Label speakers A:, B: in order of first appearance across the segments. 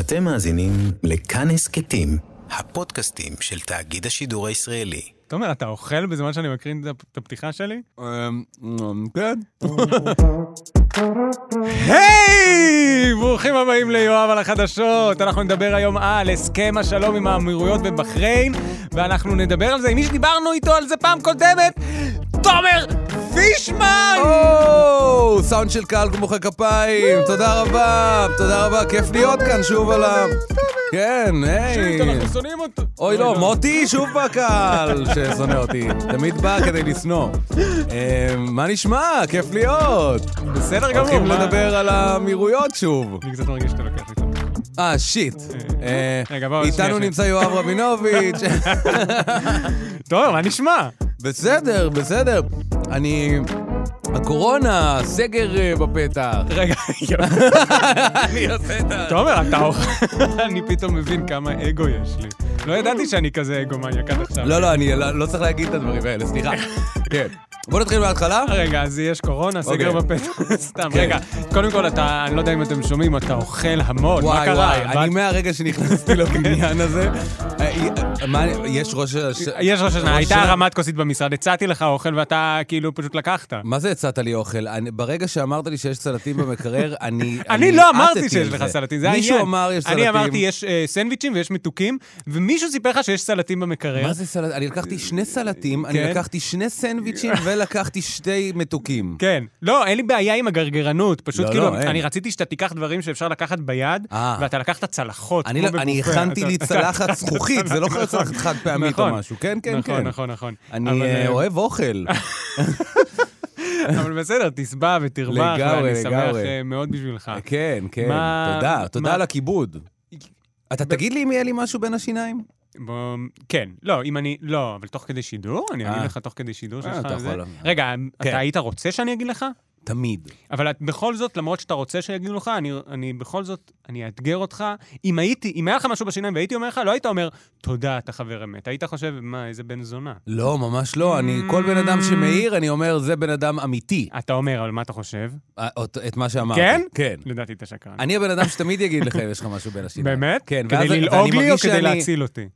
A: אתם מאזינים לכאן הסכתים, הפודקאסטים של תאגיד השידור הישראלי.
B: תומר, אתה אוכל בזמן שאני מקרין את הפ- את הפתיחה שלי?
C: אמ, כן.
B: היי! ברוכים הבאים ליואב על החדשות. אנחנו נדבר היום על הסכם השלום עם האמירויות ובחריין, ואנחנו נדבר על זה עם מי שדיברנו איתו על זה פעם קודמת, תומר פישמן!
C: או, סאונד של קהל מוחא כפיים, תודה רבה, תודה רבה, כיף להיות כאן שוב על ה... כן, היי.
B: פשוט, אנחנו שונאים אותו.
C: אוי לא, מוטי שוב בקהל ששונא אותי, תמיד בא כדי לשנוא. אה, מה נשמע? כיף להיות.
B: בסדר גמור.
C: הולכים
B: מה?
C: לדבר על האמירויות שוב.
B: אני קצת מרגיש שאתה לוקח לי את המקום.
C: אה, שיט. אה,
B: רגע, בואו, שנייה,
C: איתנו
B: שנייה.
C: נמצא יואב רבינוביץ'.
B: תומר, מה נשמע?
C: בסדר, בסדר. אני... הקורונה, סגר אה, בפתח.
B: רגע,
C: אני עושה את ה...
B: תומר, אתה אוכל. אני פתאום מבין כמה אגו יש לי. לא ידעתי שאני כזה אגומניאק עד עכשיו.
C: לא, לא, אני לא לא צריך להגיד את הדברים האלה, סליחה. כן. בוא נתחיל מההתחלה.
B: רגע, אז יש קורונה, סגר
C: לא. אוקיי.
B: בפתח, סתם,
C: כן.
B: רגע. קודם כל, אתה, אני לא יודע אם אתם שומעים, אתה אוכל המון, מה
C: וואי
B: קרה?
C: וואי, אני
B: בת-
C: מהרגע שנכנסתי לבניין הזה, אה, אה, מה, יש ראש... הש-
B: יש ראש השנה, הייתה
C: השנה.
B: הרמת כוסית במשרד, הצעתי לך אוכל ואתה כאילו פשוט לקחת.
C: מה זה הצעת לי אוכל? אני- ברגע שאמרת לי שיש סלטים במקרר, אני...
B: אני לא
C: עטתי
B: אמרתי שיש
C: על
B: לך סלטים, זה העניין.
C: מישהו אמר יש סלטים.
B: אני אמרתי יש אה, סנדוויצ'ים ויש מתוקים, ומישהו סיפר לך שיש סלטים במקרר.
C: מה זה סלט? אני לקחתי שני סלטים, אני
B: כן.
C: לקחתי שני סנדוויצ'ים ולקחתי שתי מתוקים.
B: כן. לא, אין לי בעיה עם הגרגרנות, פשוט
C: לא,
B: כאילו,
C: לא, אין.
B: אני רציתי שאתה תיקח דברים שאפשר לקחת ביד,
C: אה.
B: ואתה לקחת צלחות.
C: אני
B: כמו
C: לא- אני
B: בבופה.
C: הכנתי
B: אתה-
C: לי
B: אתה-
C: צלחת
B: אתה-
C: זכוכית, זה לא
B: נכון.
C: צלחת חד פעמית או
B: נכון.
C: משהו. כן, כן,
B: נכון,
C: כן.
B: נכון, נכון. אבל,
C: אני
B: אה,
C: אה, אוהב אוכל.
B: אבל בסדר, תשבע ותרווח,
C: לגמרי,
B: ואני שמח
C: לגמרי.
B: אה, מאוד בשבילך.
C: כן, כן,
B: מה-
C: תודה,
B: מה-
C: תודה על הכיבוד. אתה תגיד לי אם יהיה לי משהו בין השיניים?
B: בוא, כן, לא, אם אני, לא, אבל תוך כדי שידור? אני אגיד
C: אה.
B: לך תוך כדי שידור
C: אה,
B: שיש
C: אתה
B: לך זה.
C: יכול.
B: רגע,
C: כן.
B: אתה היית רוצה שאני אגיד לך?
C: תמיד.
B: אבל את, בכל זאת, למרות שאתה רוצה שיגידו לך, אני, אני בכל זאת, אני אאתגר אותך. אם הייתי, אם היה לך משהו בשיניים והייתי אומר לך, לא היית אומר, תודה, אתה חבר אמת. היית חושב, מה, איזה בן זונה.
C: לא, ממש לא. אני,
B: Mm.
C: כל בן אדם שמעיר, אני אומר, זה בן אדם אמיתי.
B: אתה אומר, אבל מה אתה חושב?
C: אה, את- את מה שאמרתי.
B: כן?
C: כן.
B: לדעתי אתה שקרן.
C: אני הבן אדם שתמיד יגיד לך אם יש לך משהו בין השיניים.
B: באמת?
C: כן,
B: כדי
C: ואז- ואני
B: ללעוג לי או
C: מרגיש
B: כדי
C: שאני-
B: להציל אותי?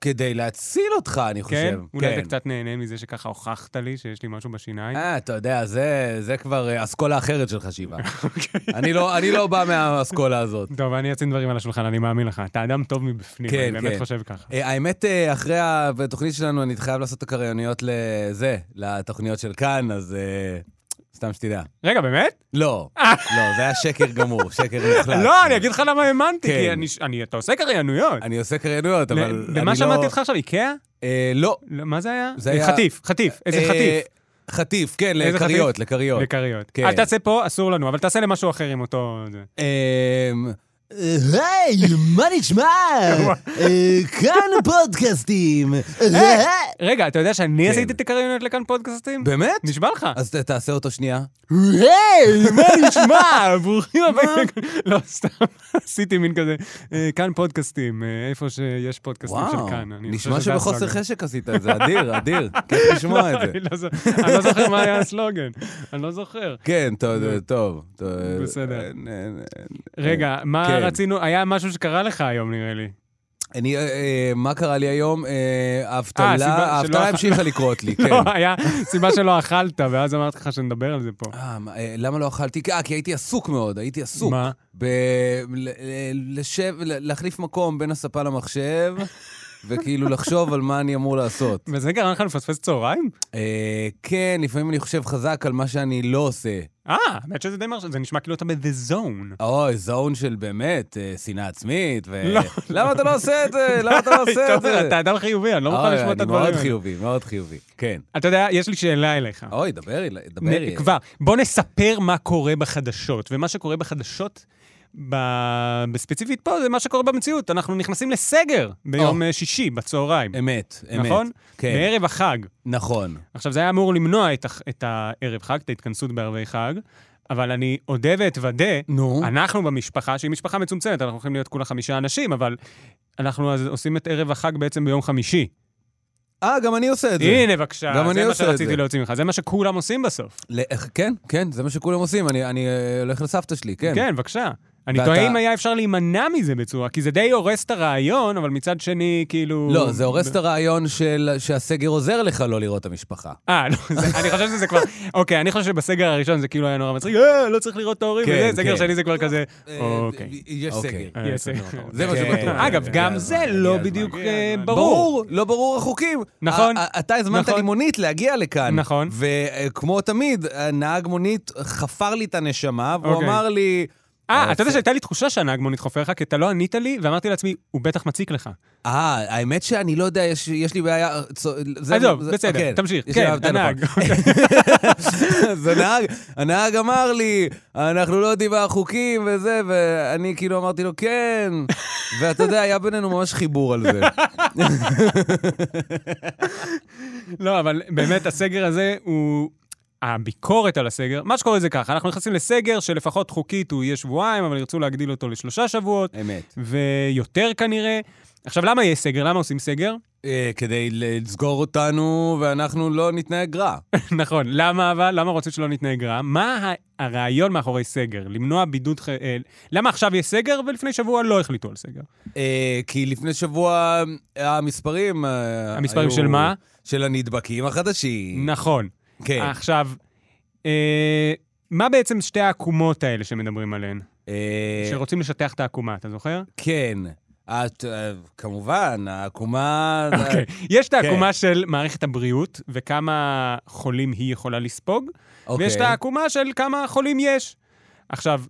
C: כדי להציל אותך, אני חושב.
B: כן? אולי אתה קצת נהנה מזה שככה הוכחת לי שיש לי משהו בשיניים?
C: אה, אתה יודע, זה, זה כבר אה, אסכולה אחרת של חשיבה.
B: אוקיי.
C: אני, לא, אני לא בא מהאסכולה הזאת.
B: טוב, אני אשים דברים על השולחן, אני מאמין לך. אתה אדם טוב מבפנים,
C: כן,
B: אני באמת
C: כן.
B: חושב ככה.
C: אה, האמת, אה, אחרי התוכנית שלנו, אני חייב לעשות את הקריוניות לזה, לתוכניות של כאן, אז אה, סתם שתדע.
B: רגע, באמת?
C: לא, לא, זה היה שקר גמור, שקר מוחלט.
B: לא, אני אגיד לך למה האמנתי, כי
C: כן.
B: אני- אני- אתה עושה קריינויות.
C: אני עושה קריינויות, אבל
B: ל-
C: אני לא...
B: למה שמעתי אותך עכשיו, איקאה?
C: אה, לא.
B: לא, מה זה היה?
C: זה היה-
B: חטיף, חטיף, איזה
C: אה,
B: חטיף.
C: חטיף, כן,
B: איזה
C: לכריות,
B: חטיף?
C: לכריות.
B: לקריות.
C: כן.
B: אל תעשה פה, אסור לנו, אבל תעשה למשהו אחר עם אותו... זה.
C: אמ, היי, מה נשמע? אה, כאן פודקאסטים. אה,
B: רגע, אתה יודע שאני
C: כן.
B: עשיתי את הקריינויות לכאן פודקאסטים?
C: באמת?
B: נשבע לך.
C: אז ת- תעשה אותו שנייה.
B: היי, מה נשמע? ברוכים הבאים. לא, סתם, עשיתי מין כזה, אה, כאן פודקאסטים, אה, איפה שיש פודקאסטים של
C: וואו,
B: כאן. אני
C: נשמע
B: חושב שזה
C: שבחוסר
B: הסלוגן.
C: חשק עשית את זה, אדיר, אדיר. כיף לשמוע את
B: לא,
C: זה.
B: אני לא זו- אני לא זוכר מה היה הסלוגן, אני לא זוכר.
C: כן, טוב, טוב. טוב.
B: בסדר.
C: אה, אה, אה,
B: רגע, מה
C: כן.
B: רצינו, היה משהו שקרה לך היום נראה לי.
C: אני, אה, אה, מה קרה לי היום? אה,
B: אה,
C: האבטלה,
B: סיבה שלא
C: האבטלה
B: אכל-
C: המשיכה לקרות לי, כן.
B: לא, היה סיבה שלא אכלת, ואז אמרתי לך שנדבר על זה פה.
C: אה, מה, אה, למה לא אכלתי? אה, כי הייתי עסוק מאוד, הייתי עסוק.
B: מה?
C: ב... ל- ל- לשב, ל- להחליף מקום בין הספה למחשב, וכאילו לחשוב על מה אני אמור לעשות.
B: וזה גרם לך לפספס צהריים?
C: אה, כן, לפעמים אני חושב חזק על מה שאני לא עושה.
B: אה, האמת שזה די מרשים, זה נשמע כאילו אתה ב-the zone.
C: אוי, זון של באמת, אה, שנאה עצמית, ו...
B: לא.
C: למה אתה לא עושה את זה? למה אתה לא עושה את
B: טוב,
C: זה?
B: אתה אדם חיובי, אני לא מוכן
C: אוי,
B: לשמוע את הדברים
C: אני מאוד
B: האלה.
C: חיובי, מאוד חיובי, כן.
B: אתה יודע, יש לי שאלה אליך.
C: אוי, דבר אליי, דבר
B: נ-
C: אליי.
B: כבר. בוא נספר מה קורה בחדשות, ומה שקורה בחדשות, ב... בספציפית פה, זה מה שקורה במציאות. אנחנו נכנסים לסגר ביום אה, שישי, בצהריים.
C: אמת, אמת.
B: נכון?
C: כן,
B: בערב החג.
C: נכון.
B: עכשיו, זה היה אמור למנוע את, הח- את הערב חג, את ההתכנסות בערבי חג, אבל אני אודה ואתוודה,
C: נו.
B: אנחנו במשפחה, שהיא משפחה מצומצמת, אנחנו הולכים להיות כולה חמישה אנשים, אבל אנחנו אז עושים את ערב החג בעצם ביום חמישי.
C: אה, גם אני עושה את זה.
B: הנה, בבקשה.
C: גם אני
B: זה מה
C: עושה את
B: שרציתי
C: זה.
B: להוציא ממך, זה מה שכולם עושים בסוף.
C: ל- איך- כן, כן, זה מה שכולם עושים, אני- אני אה, הולך לסבתא שלי, כן.
B: כן, בבקשה. אני
C: ואתה-
B: תוהה אם היה אפשר להימנע מזה בצורה, כי זה די הורס את הרעיון, אבל מצד שני, כאילו...
C: לא, זה הורס את הרעיון של- שהסגר עוזר לך לא לראות את המשפחה.
B: אה, לא, זה- אני חושב שזה כבר... אוקיי, אני חושב שבסגר הראשון זה כאילו היה נורא מצחיק, אה, לא צריך לראות את ההורים,
C: כן,
B: וזה, סגר
C: כן.
B: שני זה כבר כזה,
D: אה,
B: אוקיי.
D: יש
C: אוקיי.
D: סגר.
B: אה,
C: יש
B: סגר.
C: סגר. זה מה
B: כן.
C: שבטוח.
B: אגב,
C: הגיע
B: גם
C: הזמן,
B: זה לא
D: הזמן.
B: בדיוק
D: הגיע
B: אה,
D: הזמן.
B: ברור.
C: לא ברור החוקים.
B: נכון.
C: א- א- אתה הזמנת
B: נכון.
C: לי מונית להגיע לכאן.
B: נכון.
C: וכמו תמיד, נהג מונית חפר לי את הנשמה, והוא
B: אוקיי.
C: אמר לי...
B: אה, אתה יודע שהייתה לי תחושה שהנהג מונית חופר לך, כי אתה לא ענית לי, ואמרתי לעצמי, הוא בטח מציק לך.
C: אה, האמת שאני לא יודע, יש, יש לי בעיה... צו- זה-
B: עזוב,
C: זה-
B: בסדר,
C: כן,
B: תמשיך.
C: יש לי
B: כן,
C: בעיה בטלפון.
B: הנהג.
C: אז הנהג, הנהג אמר לי, אנחנו לא יודעים מה החוקים וזה, ואני כאילו אמרתי לו, כן. ואתה יודע, היה בינינו ממש חיבור על זה.
B: לא, אבל באמת הסגר הזה הוא... הביקורת על הסגר, מה שקורה זה ככה, אנחנו נכנסים לסגר שלפחות חוקית הוא יהיה שבועיים, אבל ירצו להגדיל אותו לשלושה שבועות,
C: אמת.
B: ויותר כנראה. עכשיו, למה יש סגר? למה עושים סגר?
C: אה, כדי לסגור אותנו, ואנחנו לא נתנהג רע.
B: נכון, למה אבל? למה רוצים שלא נתנהג רע? מה ה- הרעיון מאחורי סגר? למנוע בידוד... ח- אה, למה עכשיו יש סגר ולפני שבוע לא החליטו על סגר?
C: אה, כי לפני שבוע המספרים... אה,
B: המספרים
C: היו-
B: של מה?
C: של הנדבקים החדשים.
B: נכון.
C: כן.
B: עכשיו, אה, מה בעצם שתי העקומות האלה שמדברים עליהן?
C: אה,
B: שרוצים לשטח את העקומה, אתה זוכר?
C: כן. את, אה, כמובן, העקומה...
B: אוקיי. יש את
C: כן.
B: העקומה של מערכת הבריאות וכמה חולים היא יכולה לספוג,
C: אוקיי.
B: ויש את העקומה של כמה חולים יש. עכשיו,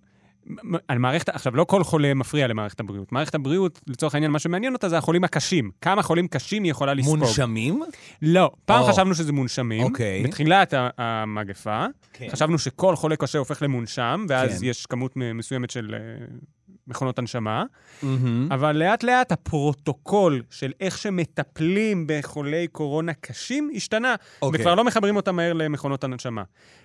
B: מ- על מערכת, עכשיו, לא כל חולה מפריע למערכת הבריאות. מערכת הבריאות, לצורך העניין, מה שמעניין אותה זה החולים הקשים. כמה חולים קשים היא יכולה לספוג.
C: מונשמים?
B: לא. פעם
C: או.
B: חשבנו שזה מונשמים.
C: אוקיי.
B: בתחילת ה- המגפה, חשבנו שכל חולה קשה הופך למונשם, ואז
C: כן.
B: יש כמות מ- מסוימת של אה, מכונות הנשמה.
C: מהמם.
B: אבל לאט-לאט הפרוטוקול של איך שמטפלים בחולי קורונה קשים השתנה,
C: אוקיי.
B: וכבר לא מחברים אותם מהר למכונות הנשמה.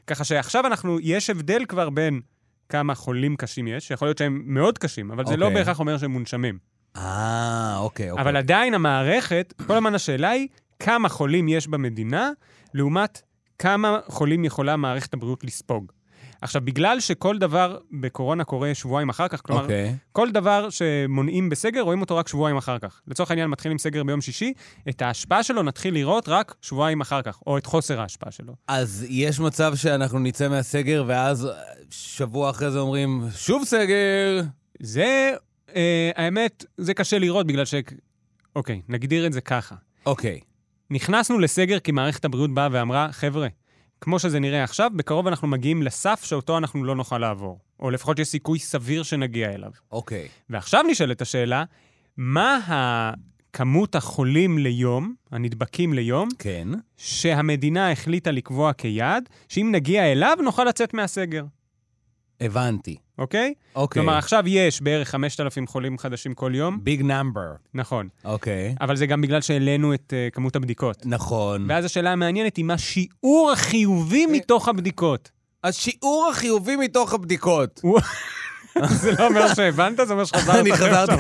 B: ככה שעכשיו אנחנו, יש הבדל כבר בין כמה חולים קשים יש, שיכול להיות שהם מאוד קשים, אבל זה לא
C: אוקיי.
B: בהכרח אומר שהם מונשמים.
C: אה, אוקיי, אוקיי.
B: אבל עדיין המערכת, כל הזמן השאלה היא כמה חולים יש במדינה, לעומת כמה חולים יכולה מערכת הבריאות לספוג. עכשיו, בגלל שכל דבר בקורונה קורה שבועיים אחר כך, כלומר,
C: אוקיי.
B: כל דבר שמונעים בסגר, רואים אותו רק שבועיים אחר כך. לצורך העניין, מתחילים סגר ביום שישי, את ההשפעה שלו נתחיל לראות רק שבועיים אחר כך, או את חוסר ההשפעה שלו.
C: אז יש מצב שאנחנו נצא מהסגר, ואז אה, שבוע אחרי זה אומרים, שוב סגר.
B: זה, אה, האמת, זה קשה לראות בגלל ש... אוקיי, נגדיר את זה ככה.
C: אוקיי.
B: נכנסנו לסגר כי מערכת הבריאות באה ואמרה, חבר'ה, כמו שזה נראה עכשיו, בקרוב אנחנו מגיעים לסף שאותו אנחנו לא נוכל לעבור, או לפחות יש סיכוי סביר שנגיע אליו.
C: אוקיי.
B: ועכשיו נשאלת השאלה, מה כמות החולים ליום, הנדבקים ליום,
C: כן.
B: שהמדינה החליטה לקבוע כיעד, שאם נגיע אליו נוכל לצאת מהסגר,
C: הבנתי.
B: אוקיי?
C: אוקיי.
B: כלומר, עכשיו יש בערך 5,000 חולים חדשים כל יום,
C: ביג נאמבר.
B: נכון,
C: אוקיי.
B: אבל זה גם בגלל שהעלינו את אה, כמות הבדיקות.
C: נכון.
B: ואז השאלה המעניינת היא מה שיעור
C: אה.
B: החיובי מתוך הבדיקות.
C: השיעור החיובי מתוך הבדיקות.
B: זה לא אומר שהבנת, זה אומר שחזרת.
C: אני חזרתי.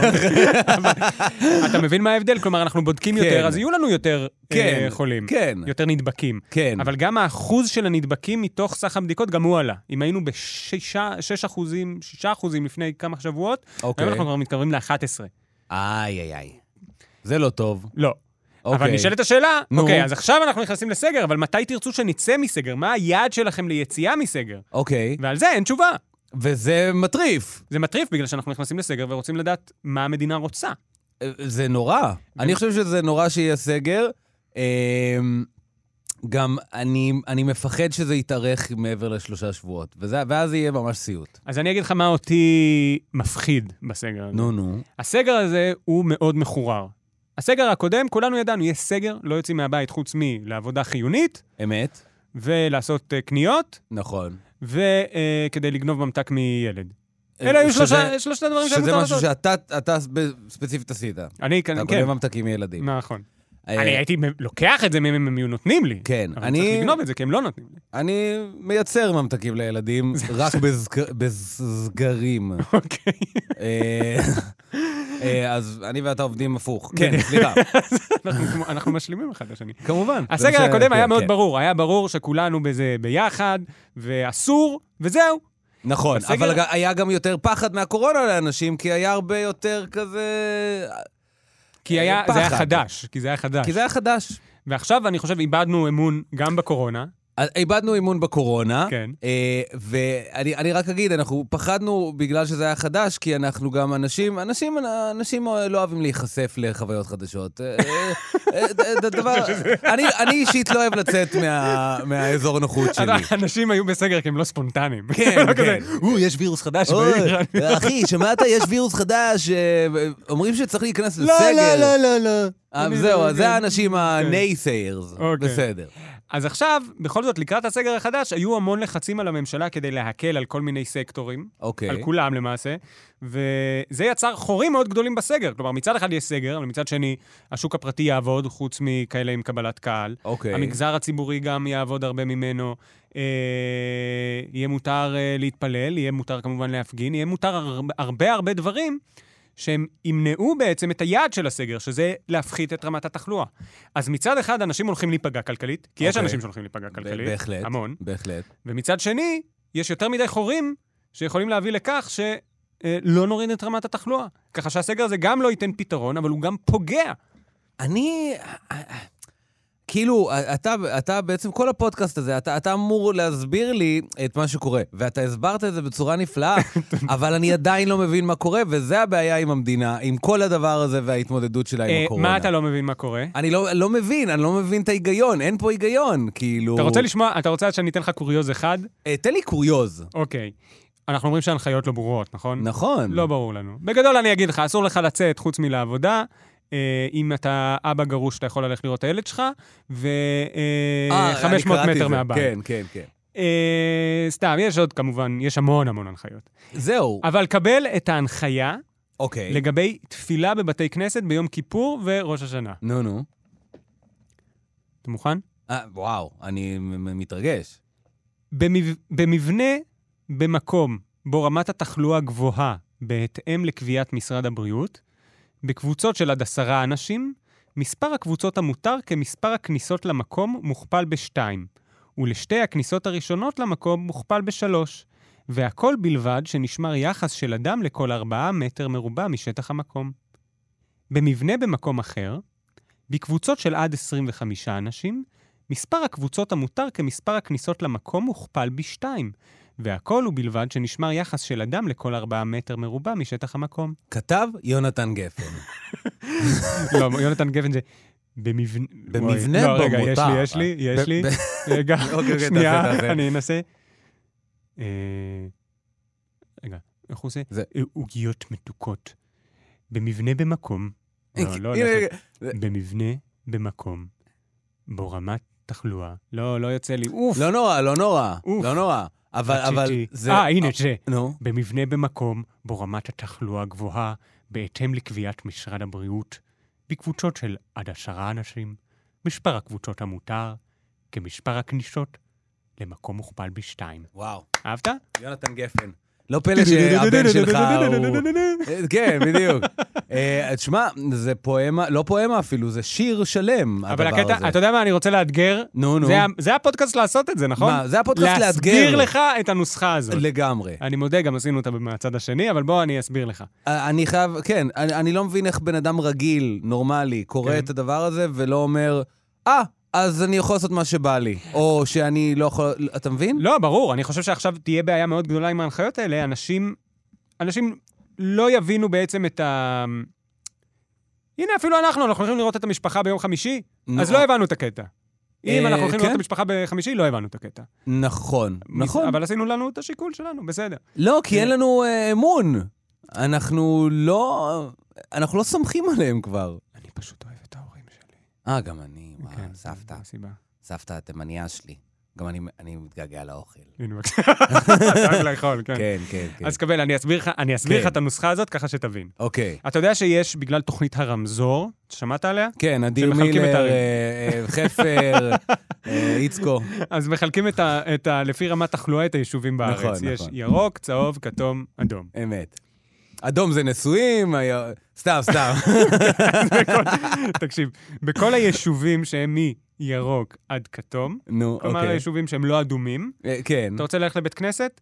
B: אתה מבין מה ההבדל? כלומר, אנחנו בודקים
C: כן.
B: יותר, אז יהיו לנו יותר אה,
C: כן,
B: חולים.
C: כן.
B: יותר נדבקים.
C: כן.
B: אבל גם האחוז של הנדבקים מתוך סך הבדיקות, גם הוא עלה. אם היינו ב-6 אחוזים, 6 אחוזים לפני כמה שבועות,
C: אוקיי.
B: היום אנחנו כבר מתקרבים ל-11.
C: איי, איי, איי. זה לא טוב.
B: לא. אבל
C: אוקיי.
B: נשאלת השאלה,
C: נו.
B: אוקיי, אז עכשיו אנחנו נכנסים לסגר, אבל מתי תרצו שנצא מסגר? מה היעד שלכם ליציאה מסגר?
C: אוקיי.
B: ועל זה אין תשובה.
C: וזה מטריף.
B: זה מטריף בגלל שאנחנו נכנסים לסגר ורוצים לדעת מה המדינה רוצה.
C: אה, זה נורא. אני חושב שזה נורא שיהיה סגר. אמ, גם אני, אני מפחד שזה יתארך מעבר לשלושה שבועות, וזה, ואז יהיה ממש סיוט.
B: אז אני אגיד לך מה אותי מפחיד בסגר הזה.
C: נו, נו.
B: הסגר הזה הוא מאוד מחורר. הסגר הקודם, כולנו ידענו, יש סגר, לא יוצאים מהבית חוץ מלעבודה חיונית
C: אמת?
B: ולעשות אה, קניות
C: נכון.
B: וכדי לגנוב ממתק מילד. אלה היו שלושה- שלושת הדברים שהיה
C: אה, שזה
B: מותר
C: משהו
B: לעשות.
C: שאתה אתה ב- ספציפית עשית. אתה
B: אני כאן, כן,
C: קונה ממתקים מילדים.
B: נכון.
C: אה,
B: אני הייתי מ- לוקח את זה מהם אם הם היו נותנים לי.
C: כן,
B: אבל
C: אני-
B: צריך לגנוב את זה כי הם לא נותנים לי.
C: אני מייצר ממתקים לילדים, רק בסג- בסגרים.
B: אוקיי.
C: אה, אה, אז אני ואתה עובדים הפוך. כן, סליחה.
B: אנחנו כמו- אנחנו משלימים אחד את השני.
C: כמובן. זה
B: הסגר
C: מה ש-
B: הקודם היה
C: כן,
B: מאוד
C: כן.
B: ברור, היה ברור שכולנו בזה ביחד, ואסור, וזהו.
C: נכון,
B: בסגר-
C: אבל ג- היה גם יותר פחד מהקורונה לאנשים, כי היה הרבה יותר כזה...
B: כי היה, זה היה
C: אה, פחד.
B: חדש, כי זה היה חדש.
C: כי זה היה חדש.
B: ועכשיו, אני חושב, איבדנו אמון גם בקורונה.
C: אז אה, איבדנו אימון בקורונה,
B: כן.
C: אה, ואני אני רק אגיד, אנחנו פחדנו בגלל שזה היה חדש, כי אנחנו גם אנשים, אנשים, אנשים לא אוהבים להיחשף לחוויות חדשות. אה, אה, אה, זה דבר, אני, אני אישית לא אוהב לצאת מה, מהאזור נוחות שלי.
B: אנשים היו בסגר כי הם לא ספונטניים.
C: כן,
B: לא כזה,
C: כן.
B: או, יש וירוס חדש
C: אוי,
B: בעיר.
C: אחי, שמעת? יש וירוס חדש, אה, אומרים שצריך להיכנס לסגר.
B: לא, לא.
C: אה,
B: אני
C: זהו,
B: לא-
C: אז זה האנשים
B: אוקיי.
C: ה-naysayers. בסדר.
B: אז עכשיו, בכל זאת, לקראת הסגר החדש, היו המון לחצים על הממשלה כדי להקל על כל מיני סקטורים.
C: אוקיי.
B: על כולם למעשה, וזה יצר חורים מאוד גדולים בסגר. כלומר, מצד אחד יש סגר, אבל מצד שני, השוק הפרטי יעבוד, חוץ מכאלה עם קבלת קהל.
C: אוקיי.
B: המגזר הציבורי גם יעבוד הרבה ממנו. אה, יהיה מותר אה, להתפלל, יהיה מותר כמובן להפגין, יהיה מותר הרבה הרבה, הרבה דברים שהם ימנעו בעצם את היעד של הסגר, שזה להפחית את רמת התחלואה. אז מצד אחד, אנשים הולכים להיפגע כלכלית, כי יש
C: אוקיי.
B: אנשים שהולכים להיפגע כלכלית,
C: ב- בהחלט.
B: המון.
C: בהחלט.
B: ומצד שני, יש יותר מדי חורים שיכולים להביא לכך ש... אה, לא נוריד את רמת התחלואה. ככה שהסגר הזה גם לא ייתן פתרון, אבל הוא גם פוגע.
C: אני... כאילו, אתה, אתה בעצם, כל הפודקאסט הזה, אתה, אתה אמור להסביר לי את מה שקורה, ואתה הסברת את זה בצורה נפלאה, אבל אני עדיין לא מבין מה קורה, וזה הבעיה עם המדינה, עם כל הדבר הזה וההתמודדות שלה עם
B: אה,
C: הקורונה.
B: מה אתה לא מבין מה קורה?
C: אני לא, לא מבין, אני לא מבין את ההיגיון, אין פה היגיון, כאילו...
B: אתה רוצה לשמוע, אתה רוצה שאני אתן לך קוריוז אחד?
C: אה, תן לי קוריוז.
B: אוקיי. אנחנו אומרים שההנחיות לא ברורות, נכון?
C: נכון.
B: לא ברור לנו. בגדול אני אגיד לך, אסור לך לצאת חוץ מלעבודה. אה, אם אתה אבא גרוש, אתה יכול ללכת לראות את הילד שלך,
C: אה, אני
B: ו-500
C: קראתי
B: מטר
C: זה.
B: מהבית.
C: כן, כן, כן.
B: אה, סתם, יש עוד כמובן, יש המון המון הנחיות.
C: זהו,
B: אבל קבל את ההנחיה
C: אוקיי.
B: לגבי תפילה בבתי כנסת ביום כיפור וראש השנה.
C: נו, נו.
B: אתה מוכן?
C: אה, וואו, אני מ- מ- מתרגש.
B: במב... במבנה, במקום בו רמת התחלואה גבוהה בהתאם לקביעת משרד הבריאות, בקבוצות של עד עשרה אנשים, מספר הקבוצות המותר כמספר הכניסות למקום מוכפל בשתיים, ולשתי הכניסות הראשונות למקום מוכפל בשלוש, והכל בלבד שנשמר יחס של אדם לכל ארבעה מטר מרובע משטח המקום. במבנה במקום אחר, בקבוצות של עד 25 אנשים, מספר הקבוצות המותר כמספר הכניסות למקום הוכפל בשתיים, והכל ובלבד שנשמר יחס של אדם לכל ארבעה מטר מרובע משטח המקום.
C: כתב יונתן גפן.
B: לא, יונתן גפן זה... במבנה...
C: במבנה
B: לא,
C: בו
B: רגע, יש לי,
C: מותר.
B: יש לי,
C: ב-
B: יש לי.
C: ב-
B: רגע,
C: אוקיי, אוקיי, תעשה,
B: שנייה,
C: תעשה.
B: אני אנסה. אה, רגע, איך הוא עושה?
C: זה-
B: אה, עוגיות מתוקות. במבנה במקום. לא, לא
C: הנה,
B: הולך לי.
C: זה-
B: במבנה במקום. בו רמת תחלואה. לא, לא יוצא לי. אוף.
C: לא נורא, לא נורא,
B: אוף.
C: לא נורא. אבל, אבל
B: הצ'יצ'י.
C: זה... אוקיי.
B: אה, הנה זה.
C: נו.
B: במבנה במקום בו רמת התחלואה גבוהה בהתאם לקביעת משרד הבריאות, בקבוצות של עד עשרה אנשים, מספר הקבוצות המותר, כמספר הכניסות, למקום מוכפל בשתיים.
C: וואו,
B: אהבת?
C: יונתן גפן. לא פלא שהבן שלך הוא... אה, כן, בדיוק. אה, תשמע, זה פואמה, לא פואמה אפילו, זה שיר שלם,
B: אבל
C: הדבר הזה.
B: הקטע, אתה יודע מה אני רוצה לאתגר?
C: נו, נו.
B: זה ה- זה הפודקאסט לעשות את זה, נכון?
C: מה, זה הפודקאסט לאתגר.
B: להסביר לך את הנוסחה הזאת.
C: לגמרי.
B: אני מודה, גם עשינו אותה מהצד השני, אבל בוא אני אסביר לך.
C: אה, אני חייב, כן, אני, אני לא מבין איך בן אדם רגיל, נורמלי, קורא
B: כן.
C: את הדבר הזה ולא אומר, אה, אז אני יכול לעשות מה שבא לי, או שאני לא יכול, אתה מבין?
B: לא, ברור, אני חושב שעכשיו תהיה בעיה מאוד גדולה עם ההנחיות האלה. אנשים, אנשים לא יבינו בעצם את ה... הנה, אפילו אנחנו, אנחנו הולכים לראות את המשפחה ביום חמישי,
C: נו.
B: אז לא הבנו את הקטע. אם
C: נכון. אה,
B: אנחנו הולכים לראות
C: כן.
B: את המשפחה בחמישי, לא הבנו את הקטע.
C: נכון, נכון.
B: אבל עשינו לנו את השיקול שלנו, בסדר.
C: לא, כי
B: כן.
C: אין לנו אה, אמון. אנחנו לא... אנחנו לא סומכים עליהם כבר.
B: אני פשוט אוהב את ההורים שלי.
C: אה, גם אני, וואו,
B: כן,
C: סבתא.
B: זו הסיבה.
C: סבתא התימניה שלי. גם אני, אני מתגעגע לאוכל.
B: הנה, בבקשה. אתה אוהב לאכול, כן.
C: כן, כן, כן.
B: אז קבל, אני אסביר לך- אני אסביר לך
C: כן.
B: את הנוסחה הזאת ככה שתבין.
C: אוקיי.
B: אתה יודע שיש, בגלל תוכנית הרמזור, שמעת עליה?
C: כן, אדיר
B: שמחלקים את
C: מילר,
B: הערים.
C: אה, אה, חפר, אה, איצקו.
B: אז מחלקים את ה, את ה, לפי רמת תחלואה את היישובים בארץ.
C: נכון,
B: יש
C: נכון.
B: ירוק, צהוב, כתום, אדום.
C: אמת. אדום זה נשואים, היה- סתם, סתם.
B: בכל, תקשיב, בכל היישובים שהם מירוק עד כתום,
C: נו,
B: כלומר
C: אוקיי.
B: היישובים שהם לא אדומים,
C: אה, כן.
B: אתה רוצה ללכת לבית כנסת?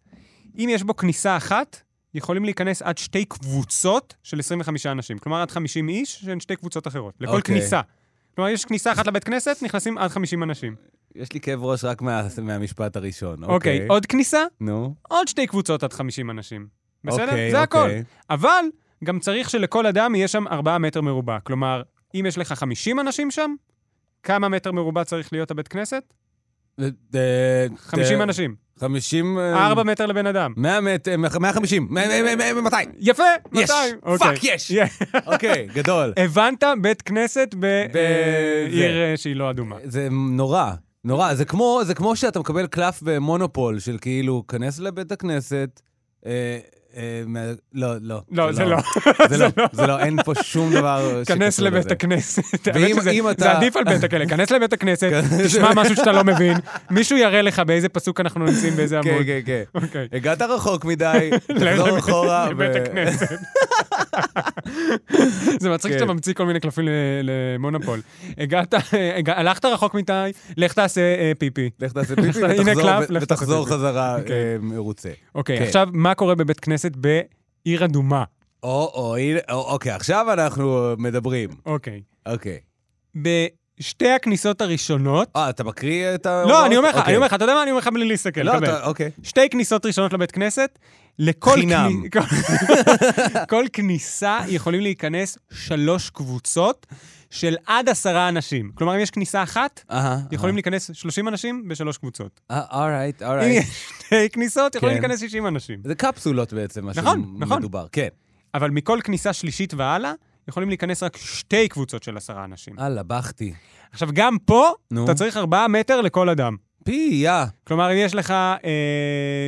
B: אם יש בו כניסה אחת, יכולים להיכנס עד שתי קבוצות של 25 אנשים. כלומר, עד 50 איש, שהן שתי קבוצות אחרות. לכל okay.
C: אוקיי.
B: כניסה. כלומר, יש כניסה אחת לבית כנסת, נכנסים עד 50 אנשים.
C: יש לי כאב ראש רק מה- מהמשפט הראשון.
B: אוקיי, okay.
C: אוקיי.
B: okay, עוד כניסה,
C: נו.
B: עוד שתי קבוצות עד 50 אנשים. בסדר?
C: אוקיי,
B: זה הכל.
C: אוקיי.
B: אבל גם צריך שלכל אדם יהיה שם 4 מטר מרובע. כלומר, אם יש לך 50 אנשים שם, כמה מטר מרובע צריך להיות הבית כנסת?
C: אה,
B: 50
C: אה,
B: אנשים.
C: 50... אה,
B: 4 מטר לבן אדם.
C: 100 מטר, 150, 200.
B: יפה, 200. אוקיי. אה.
C: פאק, יש.
B: Yeah.
C: אוקיי, גדול.
B: הבנת בית כנסת
C: ב-
B: בעיר אה, שהיא לא אדומה.
C: זה נורא, נורא. זה כמו, זה כמו שאתה מקבל קלף במונופול של כאילו, כנס לבית הכנסת, אה, אה, מה- לא, לא.
B: לא, זה לא.
C: זה לא, זה לא, אין פה שום דבר שקשור
B: כנס לבית
C: לזה.
B: הכנסת.
C: ואם-
B: האמת שזה-
C: אם
B: זה
C: אתה-
B: עדיף על בית הכלא. כנס לבית הכנסת,
C: כן.
B: תשמע משהו שאתה לא מבין, מישהו יראה לך באיזה פסוק אנחנו נמצאים, באיזה
C: כן,
B: עמוד.
C: כן, כן.
B: אוקיי.
C: הגעת רחוק מדי, תחזור אחורה. ו-
B: לבית הכנסת. זה מצחיק
C: כן.
B: שאתה ממציא כל מיני קלפים ל- למונופול. הגעת, הגע- הלכת רחוק מדי, לך תעשה אה, פיפי.
C: לך תעשה פיפי
B: הנה
C: ותחזור-
B: קלף,
C: ו-
B: לך תעשה
C: ותחזור
B: פיפי.
C: חזרה
B: אוקיי.
C: אה, מרוצה.
B: אוקיי,
C: כן.
B: עכשיו, מה קורה בבית כנסת בעיר אדומה?
C: או, או, הנה- או, אוקיי, עכשיו אנחנו מדברים.
B: אוקיי.
C: אוקיי.
B: בשתי הכניסות הראשונות,
C: אה, אתה מקריא את ה...
B: לא, אני אומר לך,
C: אוקיי.
B: אני אומר לך, אתה יודע מה? אני אומר לך בלי להסתכל,
C: לא,
B: קבל.
C: אתה, אוקיי.
B: שתי כניסות ראשונות לבית כנסת, לכל...
C: חינם.
B: כני- כל כניסה יכולים להיכנס שלוש קבוצות של עד עשרה אנשים. כלומר, אם יש כניסה אחת,
C: אהה. אה,
B: יכולים להיכנס 30 אנשים בשלוש קבוצות.
C: אורייט,
B: אם
C: אורייט.
B: יש שתי כניסות, יכולים
C: כן.
B: להיכנס 60 אנשים.
C: זה קפסולות בעצם, מה
B: נכון, נכון.
C: שמדובר. כן.
B: אבל מכל כניסה שלישית והלאה, יכולים להיכנס רק שתי קבוצות של עשרה אנשים.
C: הלאה, בכתי.
B: עכשיו, גם פה,
C: אה. נו.
B: אתה צריך ארבעה מטר לכל אדם.
C: פי, יא.
B: כלומר, אם יש לך אה,